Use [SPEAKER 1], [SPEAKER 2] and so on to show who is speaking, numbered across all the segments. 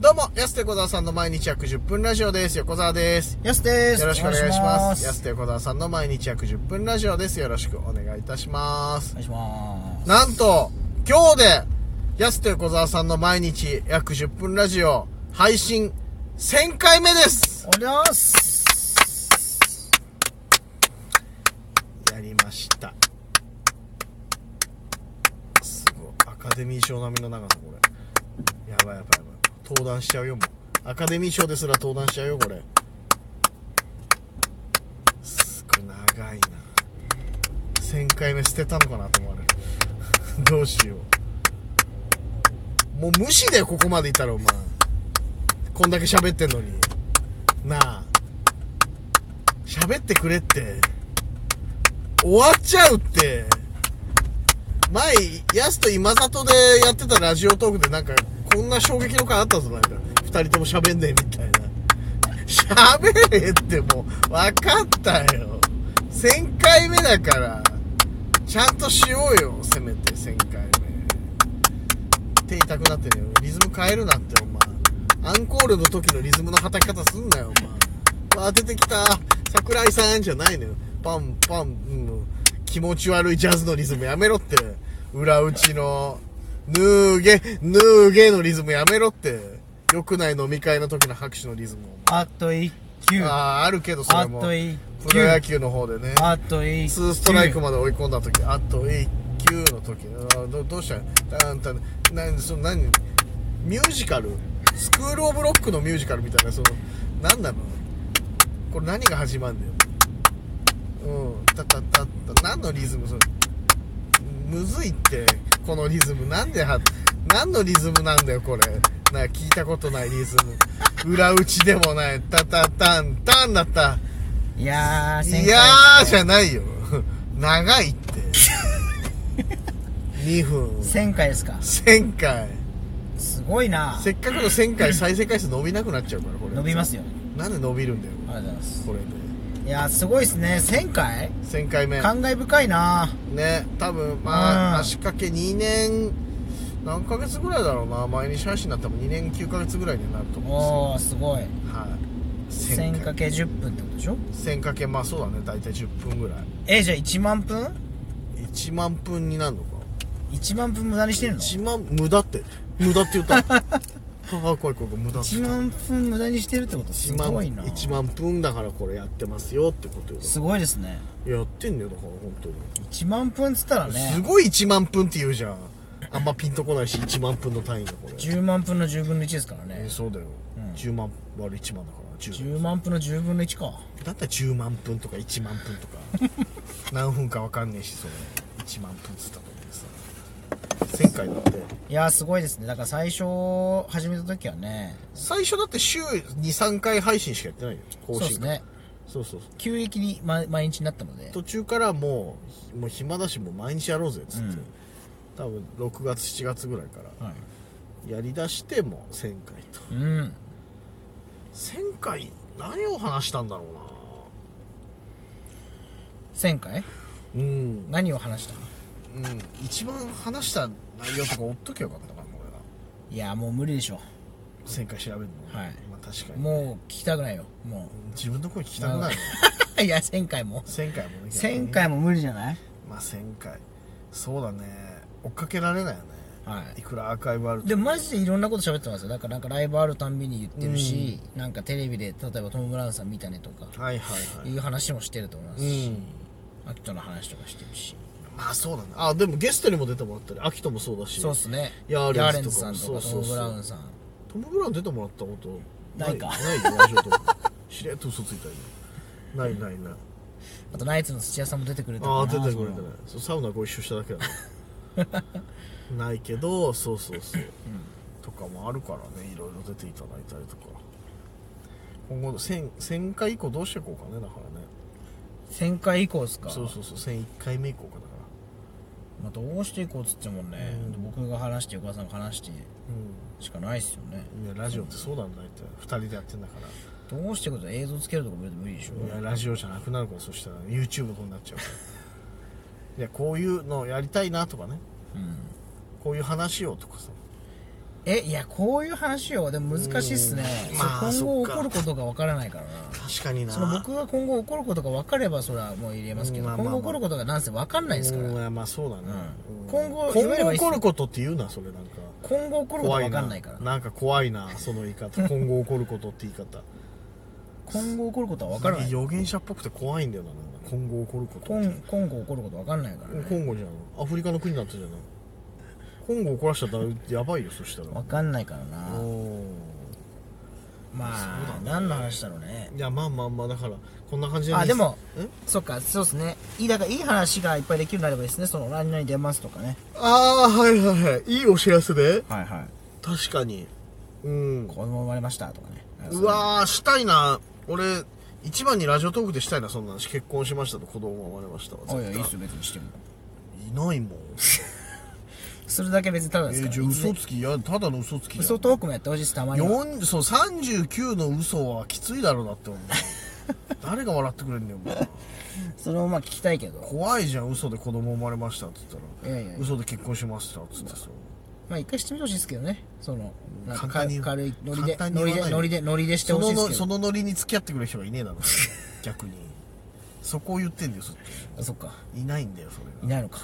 [SPEAKER 1] どうも、安手小沢さんの毎日約10分ラジオです。横澤です。
[SPEAKER 2] やすです。
[SPEAKER 1] よろしくお願いします。安
[SPEAKER 2] 安
[SPEAKER 1] 手小沢さんの毎日約10分ラジオです。よろしくお願いいたします
[SPEAKER 2] お。願いします。
[SPEAKER 1] なんと、今日で、安手小沢さんの毎日約10分ラジオ、配信1000回目です
[SPEAKER 2] お願いします。
[SPEAKER 1] やりました。すごい。アカデミー賞並みの長さ、これ。やばいやばいやばい。登壇しちゃうよ、もう。アカデミー賞ですら登壇しちゃうよ、これ。すごい、長いな。1000回目捨てたのかなと思われる。 どうしよう。もう無視だよ、ここまでいたら、お前。こんだけ喋ってんのに。なあ。喋ってくれって。終わっちゃうって前やすと今里でやってたラジオトークでなんかこんな衝撃の回あったぞなんか2人とも喋んねえみたいな喋れってもう分かったよ1000回目だからちゃんとしようよせめて1000回目手痛くなってるよリズム変えるなってお前アンコールの時のリズムの叩き方すんなよお前わあ出てきた桜井さんじゃないのよパンパン、うん、気持ち悪いジャズのリズムやめろって裏打ちのぬーげぬーげのリズムやめろって良くない飲み会の時の拍手のリズムを
[SPEAKER 2] あと一球。あ
[SPEAKER 1] あああるけどそれも
[SPEAKER 2] と一
[SPEAKER 1] プロ野
[SPEAKER 2] 球。
[SPEAKER 1] 球の方でね
[SPEAKER 2] あと一球。
[SPEAKER 1] 2ストライクまで追い込んだ時あと1球の時あどどうしたあんた何その何ミュージカルスクール・オブ・ロックのミュージカルみたいなその何なのこれ何が始まるんだようんたたたた何のリズムそれむずいってこのリズムなんでは何のリズムなんだよこれな聞いたことないリズム裏打ちでもないたたたんたんだった
[SPEAKER 2] いやー、
[SPEAKER 1] いやーじゃないよ 長いって 2分
[SPEAKER 2] 1000回ですか。
[SPEAKER 1] 1000回
[SPEAKER 2] すごいな
[SPEAKER 1] せっかくの1000回再生回数伸びなくなっちゃうからこれ
[SPEAKER 2] 伸びますよ。
[SPEAKER 1] なんで伸びるんだよ
[SPEAKER 2] ありがとうございます。
[SPEAKER 1] これで
[SPEAKER 2] いやー、すごいですね。1000回
[SPEAKER 1] 1000回目
[SPEAKER 2] 感慨深いな
[SPEAKER 1] ね多分まあ
[SPEAKER 2] うん
[SPEAKER 1] 足掛け2年何ヶ月ぐらいだろうな毎日配信になったら2年9ヶ月ぐらいになると思
[SPEAKER 2] おー、すごい。
[SPEAKER 1] うんですよはい
[SPEAKER 2] 1000×10 分ってことでしょ
[SPEAKER 1] 1000かけまあそうだね大体10分ぐらい
[SPEAKER 2] え、じゃあ1万分
[SPEAKER 1] 1万分になるのか
[SPEAKER 2] ?1 万分無駄にしてるの
[SPEAKER 1] 一万無駄って無駄って言ったはは怖い怖い無駄って言
[SPEAKER 2] 1
[SPEAKER 1] った
[SPEAKER 2] 万分無駄にしてるってことす
[SPEAKER 1] 1万
[SPEAKER 2] ごいな
[SPEAKER 1] 1万分だからこれやってますよってことよ
[SPEAKER 2] すごいですね
[SPEAKER 1] やってんだよだから本当に、
[SPEAKER 2] 1万分っつったら
[SPEAKER 1] す
[SPEAKER 2] ね
[SPEAKER 1] ごい1万分って言うじゃんあんまピンとこないし1万分の単位だこれ
[SPEAKER 2] 10万分の10分の1ですから
[SPEAKER 1] え
[SPEAKER 2] ね
[SPEAKER 1] ーそうだよ、
[SPEAKER 2] うん
[SPEAKER 1] 10万割る1万だから10
[SPEAKER 2] 10万分の10分の1か
[SPEAKER 1] だったら10万分とか1万分と か何分か分かんねえしそれ1万分っつったとにさ1000回だって
[SPEAKER 2] いやーすごいですねだから最初始めた時はね
[SPEAKER 1] 最初だって週23回配信しかやってないよ更
[SPEAKER 2] そ
[SPEAKER 1] 新
[SPEAKER 2] うですね
[SPEAKER 1] そうそうそう
[SPEAKER 2] 急激に毎毎日になったので
[SPEAKER 1] 途中からもうもう暇だしもう毎日やろうぜっつって、
[SPEAKER 2] うん
[SPEAKER 1] 多分6月7月ぐらいから
[SPEAKER 2] はい
[SPEAKER 1] やりだしてもう1000回と
[SPEAKER 2] うん
[SPEAKER 1] 1000回何を話したんだろ
[SPEAKER 2] 1000回
[SPEAKER 1] うなうん、
[SPEAKER 2] 何を話した
[SPEAKER 1] うん、一番話した内容とか追っときゃよかったかな俺ら
[SPEAKER 2] いやーもう無理でしょ
[SPEAKER 1] 1000回調べるの
[SPEAKER 2] はい
[SPEAKER 1] まあ確かに
[SPEAKER 2] もう聞きたくないよも
[SPEAKER 1] 自分の声聞きたくないね
[SPEAKER 2] う いや1000回も
[SPEAKER 1] 1000回もね
[SPEAKER 2] 1000回も無理じゃない
[SPEAKER 1] まあ1000回そうだね追っかけられないよね
[SPEAKER 2] はい
[SPEAKER 1] いくらアーカイブあると
[SPEAKER 2] でマジでいろんなこと喋ってますよだからなんかライブあるたんびに言ってるし、なんかテレビで例えばトム・ブラウンさん見たねとか
[SPEAKER 1] はいはい
[SPEAKER 2] いう話もしてると思います
[SPEAKER 1] はい、う
[SPEAKER 2] し、
[SPEAKER 1] ん
[SPEAKER 2] アキトの話とかしてるし
[SPEAKER 1] まあそうだねあでもゲストにも出てもらったり秋人もそうだし
[SPEAKER 2] そうっすね
[SPEAKER 1] ヤーレンズとか
[SPEAKER 2] ヤーレンズさんとか
[SPEAKER 1] そうそうそう
[SPEAKER 2] トム・ブラウンさん
[SPEAKER 1] トム・ブラウン出てもらったこと
[SPEAKER 2] ないか
[SPEAKER 1] ないよラジオとかしれっと嘘ついたりないないない
[SPEAKER 2] あとナイツの土屋さんも出てくれたかな
[SPEAKER 1] ああ出てくれて
[SPEAKER 2] そ
[SPEAKER 1] ない
[SPEAKER 2] の
[SPEAKER 1] そうサウナご一緒しただけだね ないけどそうそうそう、とかもあるからねいろいろ出ていただいたりとか今後 1000, 1000回以降どうしていこうかねだからね
[SPEAKER 2] 1000回以降ですか
[SPEAKER 1] そうそうそう1001回目以降かだから
[SPEAKER 2] まあ、どうしていこうっつってもね、僕が話して横田さんが話してしかないっすよね
[SPEAKER 1] うんいやラジオってそうなんだよって2人でやってんだから
[SPEAKER 2] どうしていこうと映像つけるとか無理でしょ
[SPEAKER 1] いやラジオじゃなくなるからそしたら YouTube とかになっちゃうからいやこういうのやりたいなとかね
[SPEAKER 2] うん
[SPEAKER 1] こういう話をとかさ
[SPEAKER 2] えいやこういう話をでも難しいっすね、
[SPEAKER 1] うんまあ
[SPEAKER 2] そ
[SPEAKER 1] そっ
[SPEAKER 2] う今後起
[SPEAKER 1] か
[SPEAKER 2] こることがわからないからな
[SPEAKER 1] 確かにな
[SPEAKER 2] その僕が今後起こることが分かればそれはもう入れますけ
[SPEAKER 1] うん
[SPEAKER 2] ど、
[SPEAKER 1] まあまあまあ
[SPEAKER 2] 今後起こることがなんせ分かんないですから、
[SPEAKER 1] うんまあまあそうだね、
[SPEAKER 2] うん
[SPEAKER 1] うん
[SPEAKER 2] 今後いわ
[SPEAKER 1] 今後
[SPEAKER 2] ゆる
[SPEAKER 1] 起こることって言うなそれなんか
[SPEAKER 2] 今後起こること
[SPEAKER 1] 怖
[SPEAKER 2] 分
[SPEAKER 1] い
[SPEAKER 2] か
[SPEAKER 1] なん
[SPEAKER 2] ないから
[SPEAKER 1] なんか怖いなその言い 方今後起こることって言い方
[SPEAKER 2] 今後起こることは分からない
[SPEAKER 1] 予言者っぽくて怖いんだよななんか今後起こること
[SPEAKER 2] 今今後起こること分かんないから、ね、
[SPEAKER 1] コンゴじゃんアフリカの国になってたじゃないコンゴ怒らしちゃったらやばいよそしたら
[SPEAKER 2] 分かんないからな
[SPEAKER 1] お
[SPEAKER 2] まあ、何の話だろうね
[SPEAKER 1] ーいやまあまあまあだからこんな感じ
[SPEAKER 2] あでも
[SPEAKER 1] ん
[SPEAKER 2] そっかそうですねいいだからいい話がいっぱいできるようになればいいですねその何々出ますとかね
[SPEAKER 1] ああはいはいはいいいお知らせで
[SPEAKER 2] はいはい
[SPEAKER 1] 確かにうん
[SPEAKER 2] 子供生まれましたとかね
[SPEAKER 1] うわーしたいな俺一番にラジオトークでしたいなそんな話結婚しましたと子供生まれましたわ
[SPEAKER 2] あいやい
[SPEAKER 1] 絶
[SPEAKER 2] い
[SPEAKER 1] 対
[SPEAKER 2] っすよ別にしても
[SPEAKER 1] いないもん
[SPEAKER 2] それだけ別にただ
[SPEAKER 1] え
[SPEAKER 2] ですか
[SPEAKER 1] ー
[SPEAKER 2] ら、
[SPEAKER 1] じゃあ嘘つきいやただの嘘つきだ
[SPEAKER 2] 嘘トークもやってほしいですたまには
[SPEAKER 1] 4そう39の嘘はきついだろうなって 思う誰が笑ってくれんねんもう
[SPEAKER 2] それもまあ聞きたいけど
[SPEAKER 1] 怖いじゃん嘘で子供生まれましたって言ったら
[SPEAKER 2] いやいや
[SPEAKER 1] 嘘で結婚しましたっつってさ
[SPEAKER 2] まあ一回してみてほしいですけどねそのなんか
[SPEAKER 1] 簡単に
[SPEAKER 2] 軽いノリで
[SPEAKER 1] 簡単に
[SPEAKER 2] ノリ
[SPEAKER 1] 言わな
[SPEAKER 2] で
[SPEAKER 1] い
[SPEAKER 2] ノリでノリでして
[SPEAKER 1] そ
[SPEAKER 2] ほし
[SPEAKER 1] の
[SPEAKER 2] いです
[SPEAKER 1] の
[SPEAKER 2] けど
[SPEAKER 1] そのノリに付き合ってくれる人がいねえだろ 逆にそこを言ってんだよそっ
[SPEAKER 2] あそっか
[SPEAKER 1] ちいないんだよそ
[SPEAKER 2] い
[SPEAKER 1] れが
[SPEAKER 2] ないのか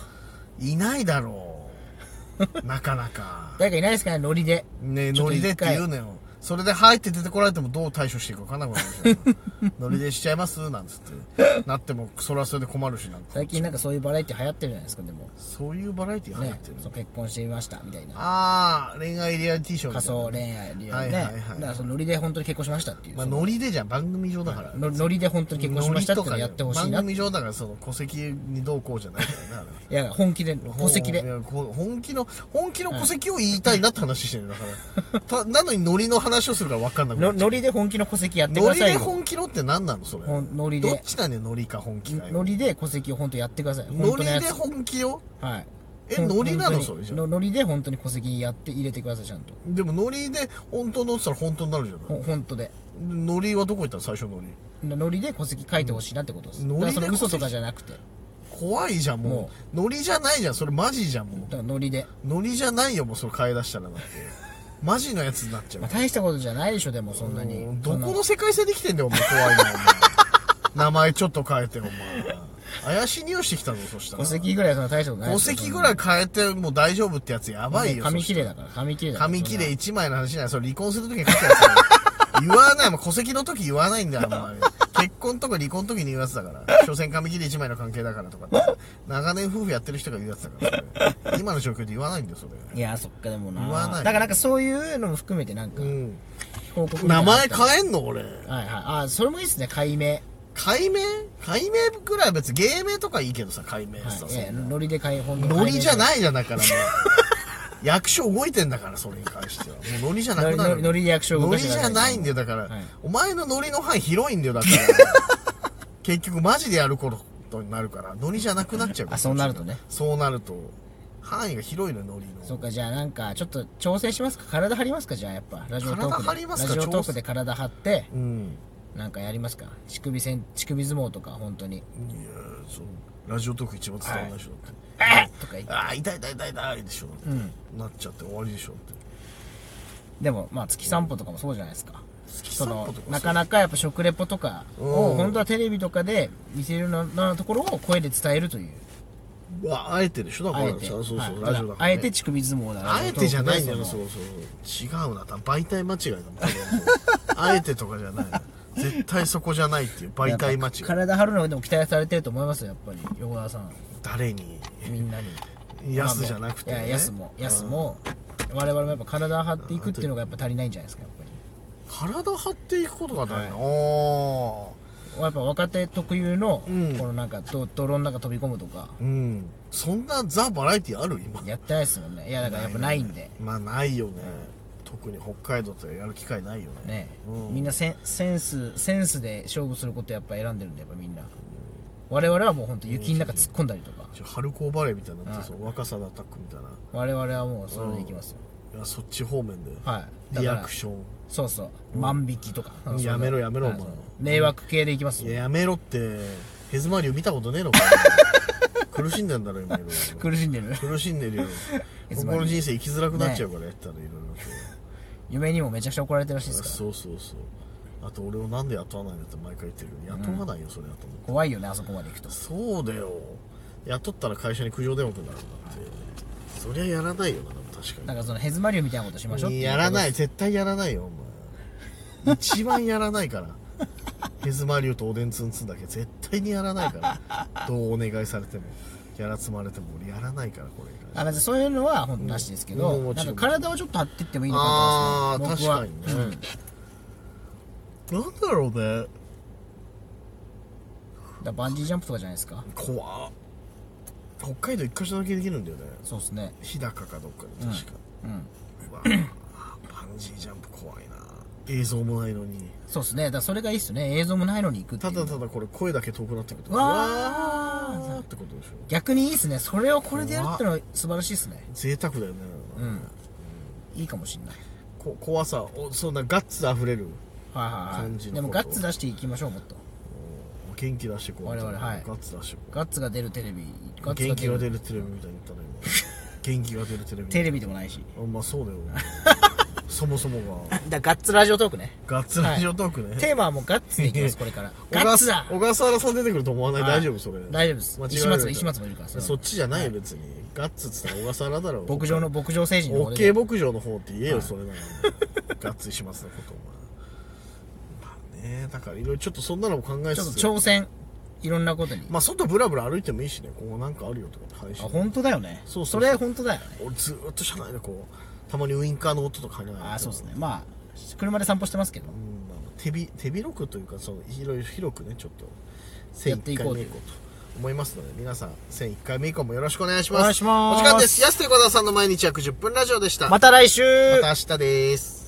[SPEAKER 1] いないだろ うなかなか
[SPEAKER 2] 誰かいないですかねノリで
[SPEAKER 1] ね
[SPEAKER 2] ちょっ
[SPEAKER 1] ノ
[SPEAKER 2] と一
[SPEAKER 1] リでって言うのよそれで入って出てこられてもどう対処していいか分かんなくなるじゃ んノリでしちゃいますなんつってなってもそれはそれで困るしなんか
[SPEAKER 2] 最近なんかそういうバラエティ流行ってるじゃないですかでも
[SPEAKER 1] そういうバラエティ入っ
[SPEAKER 2] ね
[SPEAKER 1] てる、
[SPEAKER 2] そう結婚してみましたみたいな
[SPEAKER 1] ああ恋愛リアリティショーみた
[SPEAKER 2] 仮
[SPEAKER 1] いな
[SPEAKER 2] 想恋愛リア
[SPEAKER 1] は
[SPEAKER 2] ル
[SPEAKER 1] い
[SPEAKER 2] ね、
[SPEAKER 1] はいはい
[SPEAKER 2] だからそのノリで本当に結婚しましたっていう、
[SPEAKER 1] まあ、
[SPEAKER 2] その
[SPEAKER 1] ノリでじゃん番組上だから、
[SPEAKER 2] ノノリで本当に結婚しましたっていうのやってほしいな
[SPEAKER 1] 番
[SPEAKER 2] い
[SPEAKER 1] 組上だからその戸籍にどうこうじゃないからなあれ
[SPEAKER 2] や本気で戸籍で
[SPEAKER 1] いやこう本気の本気の戸籍を言いたいなって話してるんだ からたなのにノリの話をするから分かんなくな
[SPEAKER 2] の
[SPEAKER 1] っちゃ
[SPEAKER 2] ノリで本気の戸籍やっ
[SPEAKER 1] う
[SPEAKER 2] てくだ
[SPEAKER 1] ノリ
[SPEAKER 2] さい
[SPEAKER 1] で
[SPEAKER 2] よ
[SPEAKER 1] 本気のって何なのそれ
[SPEAKER 2] ほんノリで
[SPEAKER 1] どっちなんねノリか本気かよ
[SPEAKER 2] ノリで戸籍を本当やってください
[SPEAKER 1] ノ
[SPEAKER 2] 本当
[SPEAKER 1] リ
[SPEAKER 2] のや
[SPEAKER 1] で
[SPEAKER 2] つ
[SPEAKER 1] 本気よ
[SPEAKER 2] はい
[SPEAKER 1] え
[SPEAKER 2] ほん
[SPEAKER 1] ノリなの
[SPEAKER 2] 本当に
[SPEAKER 1] それじゃ
[SPEAKER 2] のノリで本当に戸籍やって入れてくださいちゃんと
[SPEAKER 1] でもノリで本当のって言ったら本当になるじゃない
[SPEAKER 2] ほ本当で
[SPEAKER 1] ノリはどこ行ったの最初のノリ
[SPEAKER 2] ノリで戸籍書いてほしいなってことです、
[SPEAKER 1] うん
[SPEAKER 2] だからそ
[SPEAKER 1] ノリ
[SPEAKER 2] の
[SPEAKER 1] で戸籍
[SPEAKER 2] 嘘とかじゃなくてだ
[SPEAKER 1] 怖いじゃんも
[SPEAKER 2] も
[SPEAKER 1] うノリじゃないじゃんそれマジじゃんもう
[SPEAKER 2] からノリで、
[SPEAKER 1] ノリじゃないよもうそれ変え出したらだってマジのやつになっちゃう
[SPEAKER 2] まあ、大したことじゃないでしょでもそんなに
[SPEAKER 1] もうどこ
[SPEAKER 2] そん
[SPEAKER 1] の
[SPEAKER 2] な
[SPEAKER 1] 世界線で生きてんだよお前怖いなお前名前ちょっと変えてお前怪しい匂いしてきたぞそしたら
[SPEAKER 2] 戸籍ぐらいそんな大したことない
[SPEAKER 1] 戸
[SPEAKER 2] ですよ
[SPEAKER 1] 籍ぐらい変えてもう大丈夫ってやつやばいよ
[SPEAKER 2] 紙切れだから紙切れだから
[SPEAKER 1] 紙切れ
[SPEAKER 2] そん
[SPEAKER 1] 1枚の話じゃないそれ離婚するときに書くやつ言わないもう戸籍の時言わないんだよお前結婚とか離婚の時に言うやつだから所詮紙切れ1枚の関係だからとかって長年夫婦やってる人が言うやつだからそれ今の状況で言わないんだよそれ
[SPEAKER 2] ないやそっかでもな
[SPEAKER 1] 言わない
[SPEAKER 2] だからなんかそういうのも含めてなんか
[SPEAKER 1] うん
[SPEAKER 2] 報告みたい
[SPEAKER 1] 名
[SPEAKER 2] なのあっ
[SPEAKER 1] 前
[SPEAKER 2] たら
[SPEAKER 1] 変えんの俺
[SPEAKER 2] はいはい。あ、それもいいですね、解明。はい
[SPEAKER 1] 解明解明ぐらいは別に芸名とかいいけどさ解明さ、そ
[SPEAKER 2] い
[SPEAKER 1] ん
[SPEAKER 2] や
[SPEAKER 1] ない
[SPEAKER 2] や、ノリで解放
[SPEAKER 1] ノリじゃ
[SPEAKER 2] い
[SPEAKER 1] ないじゃんだからもう役所動いてんだからそれに関してはもうノリじゃなくな
[SPEAKER 2] ノ
[SPEAKER 1] る
[SPEAKER 2] リノリで役所動
[SPEAKER 1] ノ
[SPEAKER 2] か
[SPEAKER 1] リ
[SPEAKER 2] して
[SPEAKER 1] じ
[SPEAKER 2] くださ
[SPEAKER 1] ゃ
[SPEAKER 2] い
[SPEAKER 1] ないんだよだから、
[SPEAKER 2] はい
[SPEAKER 1] お前のノリの範囲広いんだよだから 結局マジでやることになるからノリじゃなくなっちゃうから
[SPEAKER 2] あそうなるとね
[SPEAKER 1] そうなると範囲が広いのよノリの
[SPEAKER 2] そっか、じゃあなんか、ちょっと調整しますか体張りますかじゃあやっぱ。ラジオトークで。
[SPEAKER 1] 体張りますか
[SPEAKER 2] ラジオト
[SPEAKER 1] 調
[SPEAKER 2] ー
[SPEAKER 1] 整
[SPEAKER 2] クで体張って、
[SPEAKER 1] うん
[SPEAKER 2] なんかやりますか乳首戦、乳首相撲とか、本当に。
[SPEAKER 1] いやそうラジオトーク一番伝わらないでしょ、
[SPEAKER 2] とか言って。
[SPEAKER 1] ああー痛い痛い痛い痛いでしょ、
[SPEAKER 2] うん。
[SPEAKER 1] なっちゃって終わりでしょって
[SPEAKER 2] でも、まあ、月散歩とかもそうじゃないですか。
[SPEAKER 1] 月
[SPEAKER 2] そ
[SPEAKER 1] 散
[SPEAKER 2] の
[SPEAKER 1] 歩とか
[SPEAKER 2] なかなかやっぱ食レポとか
[SPEAKER 1] う
[SPEAKER 2] を
[SPEAKER 1] ん
[SPEAKER 2] 本当はテレビとかで見せるようなところを声で伝えるという
[SPEAKER 1] そうああえてでしょだか
[SPEAKER 2] あ
[SPEAKER 1] ら
[SPEAKER 2] えて
[SPEAKER 1] そうそうそう、
[SPEAKER 2] はい
[SPEAKER 1] ラジオだから、
[SPEAKER 2] あえて乳首相撲だ
[SPEAKER 1] あえてじゃないんだよ
[SPEAKER 2] ラ
[SPEAKER 1] な
[SPEAKER 2] ジオトークでそ
[SPEAKER 1] そう
[SPEAKER 2] の
[SPEAKER 1] そうそう違うな多分媒体間違いだもん 多分あえてとかじゃない絶対そこじゃないっていう媒体間違い
[SPEAKER 2] やっぱ体張るのでも期待されてると思いますよやっぱり横田さん
[SPEAKER 1] 誰に
[SPEAKER 2] みんなに
[SPEAKER 1] 安じゃなくて、
[SPEAKER 2] いや
[SPEAKER 1] ね、
[SPEAKER 2] 安も安も我々もやっぱ体張っていくっていうのがやっぱ足りないんじゃないですかやっぱり
[SPEAKER 1] 体張っていくことが大事な、お
[SPEAKER 2] やっぱ若手特有のこ
[SPEAKER 1] うん
[SPEAKER 2] のなんかど泥の中飛び込むとか
[SPEAKER 1] ーうんそんなザ・バラエティある今
[SPEAKER 2] やってないですもんねいやだからやっぱないんで
[SPEAKER 1] まあないよね、特に北海道ってやる機会ないよね
[SPEAKER 2] ね
[SPEAKER 1] うん
[SPEAKER 2] みんなセンセンスセンスで勝負することやっぱ選んでるんでやっぱみんな我々はもう本当雪の中突っ込んだりとか
[SPEAKER 1] ちょ春高バレーみたいになってるその若さのアタックみたいな
[SPEAKER 2] 我々はもうそれでいきますよ
[SPEAKER 1] いやそっち方面で、
[SPEAKER 2] はいだ
[SPEAKER 1] リ
[SPEAKER 2] か
[SPEAKER 1] ア
[SPEAKER 2] ら
[SPEAKER 1] クション
[SPEAKER 2] そうそう万引きとか
[SPEAKER 1] やめろやめろお前
[SPEAKER 2] 迷惑系でいきます
[SPEAKER 1] いや
[SPEAKER 2] よ
[SPEAKER 1] やめろってヘズマリュウ見たことねえのか苦しんだんだろ今いろいろ
[SPEAKER 2] 苦しんでる
[SPEAKER 1] 苦しんでるよ
[SPEAKER 2] いつま
[SPEAKER 1] 今
[SPEAKER 2] でも
[SPEAKER 1] 後の人生生きづらくなっちゃうからやったらいろいろと
[SPEAKER 2] 嫁にもめちゃくちゃ怒られてるらしいですから
[SPEAKER 1] そうそうそうあと俺をなんで雇わないんだって毎回言ってるけど雇わないよそれだと思って
[SPEAKER 2] 怖いよねあそこまで行くと
[SPEAKER 1] そうだよ雇ったら会社に苦情電話くなるんだってそりゃやらないよなでも確かに
[SPEAKER 2] なんかそのヘズマリュウみたいなことしましょうってう
[SPEAKER 1] やらないい絶対やらないよお前一番やらない からヘズマリュウとおでんツンツンだけ絶対にやらないからどうお願いされてもやら積まれても俺やらないからこれ
[SPEAKER 2] あ別にそういうのは本当なしですけど、
[SPEAKER 1] うんもち
[SPEAKER 2] な
[SPEAKER 1] ろ
[SPEAKER 2] ん
[SPEAKER 1] ん
[SPEAKER 2] か体をちょっと張ってってもいいのか
[SPEAKER 1] あ
[SPEAKER 2] なと
[SPEAKER 1] あ
[SPEAKER 2] 思います
[SPEAKER 1] 確
[SPEAKER 2] ね
[SPEAKER 1] か
[SPEAKER 2] 僕
[SPEAKER 1] に
[SPEAKER 2] は
[SPEAKER 1] ね、なんだろうね
[SPEAKER 2] うんだからバンジージャンプとかじゃないですか
[SPEAKER 1] 怖っ北海道一箇所だけできるんだよね
[SPEAKER 2] そうですね
[SPEAKER 1] 日高かどっかで確か、
[SPEAKER 2] うん
[SPEAKER 1] うわぁバンジージャンプ怖いな映像もないのに
[SPEAKER 2] そうですねだからそれがいいっすよね映像もないのに行くってい
[SPEAKER 1] た
[SPEAKER 2] う
[SPEAKER 1] だただこれ声だけ遠くなってくると
[SPEAKER 2] わー
[SPEAKER 1] わーってことでしょ
[SPEAKER 2] 逆にいいっすねそれをこれでやるってのは素晴らしいっすね
[SPEAKER 1] 贅沢だよね、
[SPEAKER 2] うんいいかもしんない
[SPEAKER 1] こ怖さおそんなガッツあふれる
[SPEAKER 2] はいはいは
[SPEAKER 1] 感
[SPEAKER 2] い
[SPEAKER 1] じのこと
[SPEAKER 2] でもガッツ出していきましょうもっと
[SPEAKER 1] お元気出してこう
[SPEAKER 2] 我々はい
[SPEAKER 1] ガッツ出してこう
[SPEAKER 2] ガッツが出るテレビガッツ
[SPEAKER 1] 元気が
[SPEAKER 2] が
[SPEAKER 1] 出
[SPEAKER 2] 出る
[SPEAKER 1] るテレビみたいに言ったら今元気が出るテレビ
[SPEAKER 2] テレビでもないし
[SPEAKER 1] あまあそう だよそもそもが
[SPEAKER 2] だからガッツラジオトークね
[SPEAKER 1] ガッツラジオトークね、
[SPEAKER 2] テーマはもうガッツでい きますこれから
[SPEAKER 1] 小笠
[SPEAKER 2] ガッツだ
[SPEAKER 1] 小笠原さん出てくると思わない、
[SPEAKER 2] はい
[SPEAKER 1] 大丈夫それ
[SPEAKER 2] 大丈夫です
[SPEAKER 1] 間違え
[SPEAKER 2] 石
[SPEAKER 1] られ
[SPEAKER 2] 松
[SPEAKER 1] る
[SPEAKER 2] 石松もいるから
[SPEAKER 1] そ
[SPEAKER 2] そ
[SPEAKER 1] っちじゃないよ別に、ガッツっつったら小笠原だろ
[SPEAKER 2] 牧場の牧場星人の
[SPEAKER 1] オ
[SPEAKER 2] 俺
[SPEAKER 1] ッ
[SPEAKER 2] で
[SPEAKER 1] ケー牧場の方って言えよ、それならガッツ石松のことお前まあねだからいろいろちょっとそんなのも考え
[SPEAKER 2] ちょ
[SPEAKER 1] つ
[SPEAKER 2] っと
[SPEAKER 1] つ
[SPEAKER 2] 挑戦いろんなことに、
[SPEAKER 1] まあ外ブラブラ歩いてもいいしねここなんかあるよとかって配
[SPEAKER 2] あ
[SPEAKER 1] 信
[SPEAKER 2] 本当だよね
[SPEAKER 1] そう
[SPEAKER 2] そ
[SPEAKER 1] そうそう
[SPEAKER 2] れ本当だよね
[SPEAKER 1] 俺ずーっと車内でこうたまにウインカーの音とか入らない
[SPEAKER 2] あそうですねまあ車で散歩してますけど
[SPEAKER 1] うんまあ手び手広くというかその広い広くねちょっと
[SPEAKER 2] やって
[SPEAKER 1] 1001
[SPEAKER 2] いこ
[SPEAKER 1] 回
[SPEAKER 2] うと
[SPEAKER 1] 目以降と思いますので皆さん1001回目以降もよろしくお願いします
[SPEAKER 2] お願いします
[SPEAKER 1] お時間です安手小田さんの毎日約10分ラジオでした
[SPEAKER 2] また来週
[SPEAKER 1] また明日です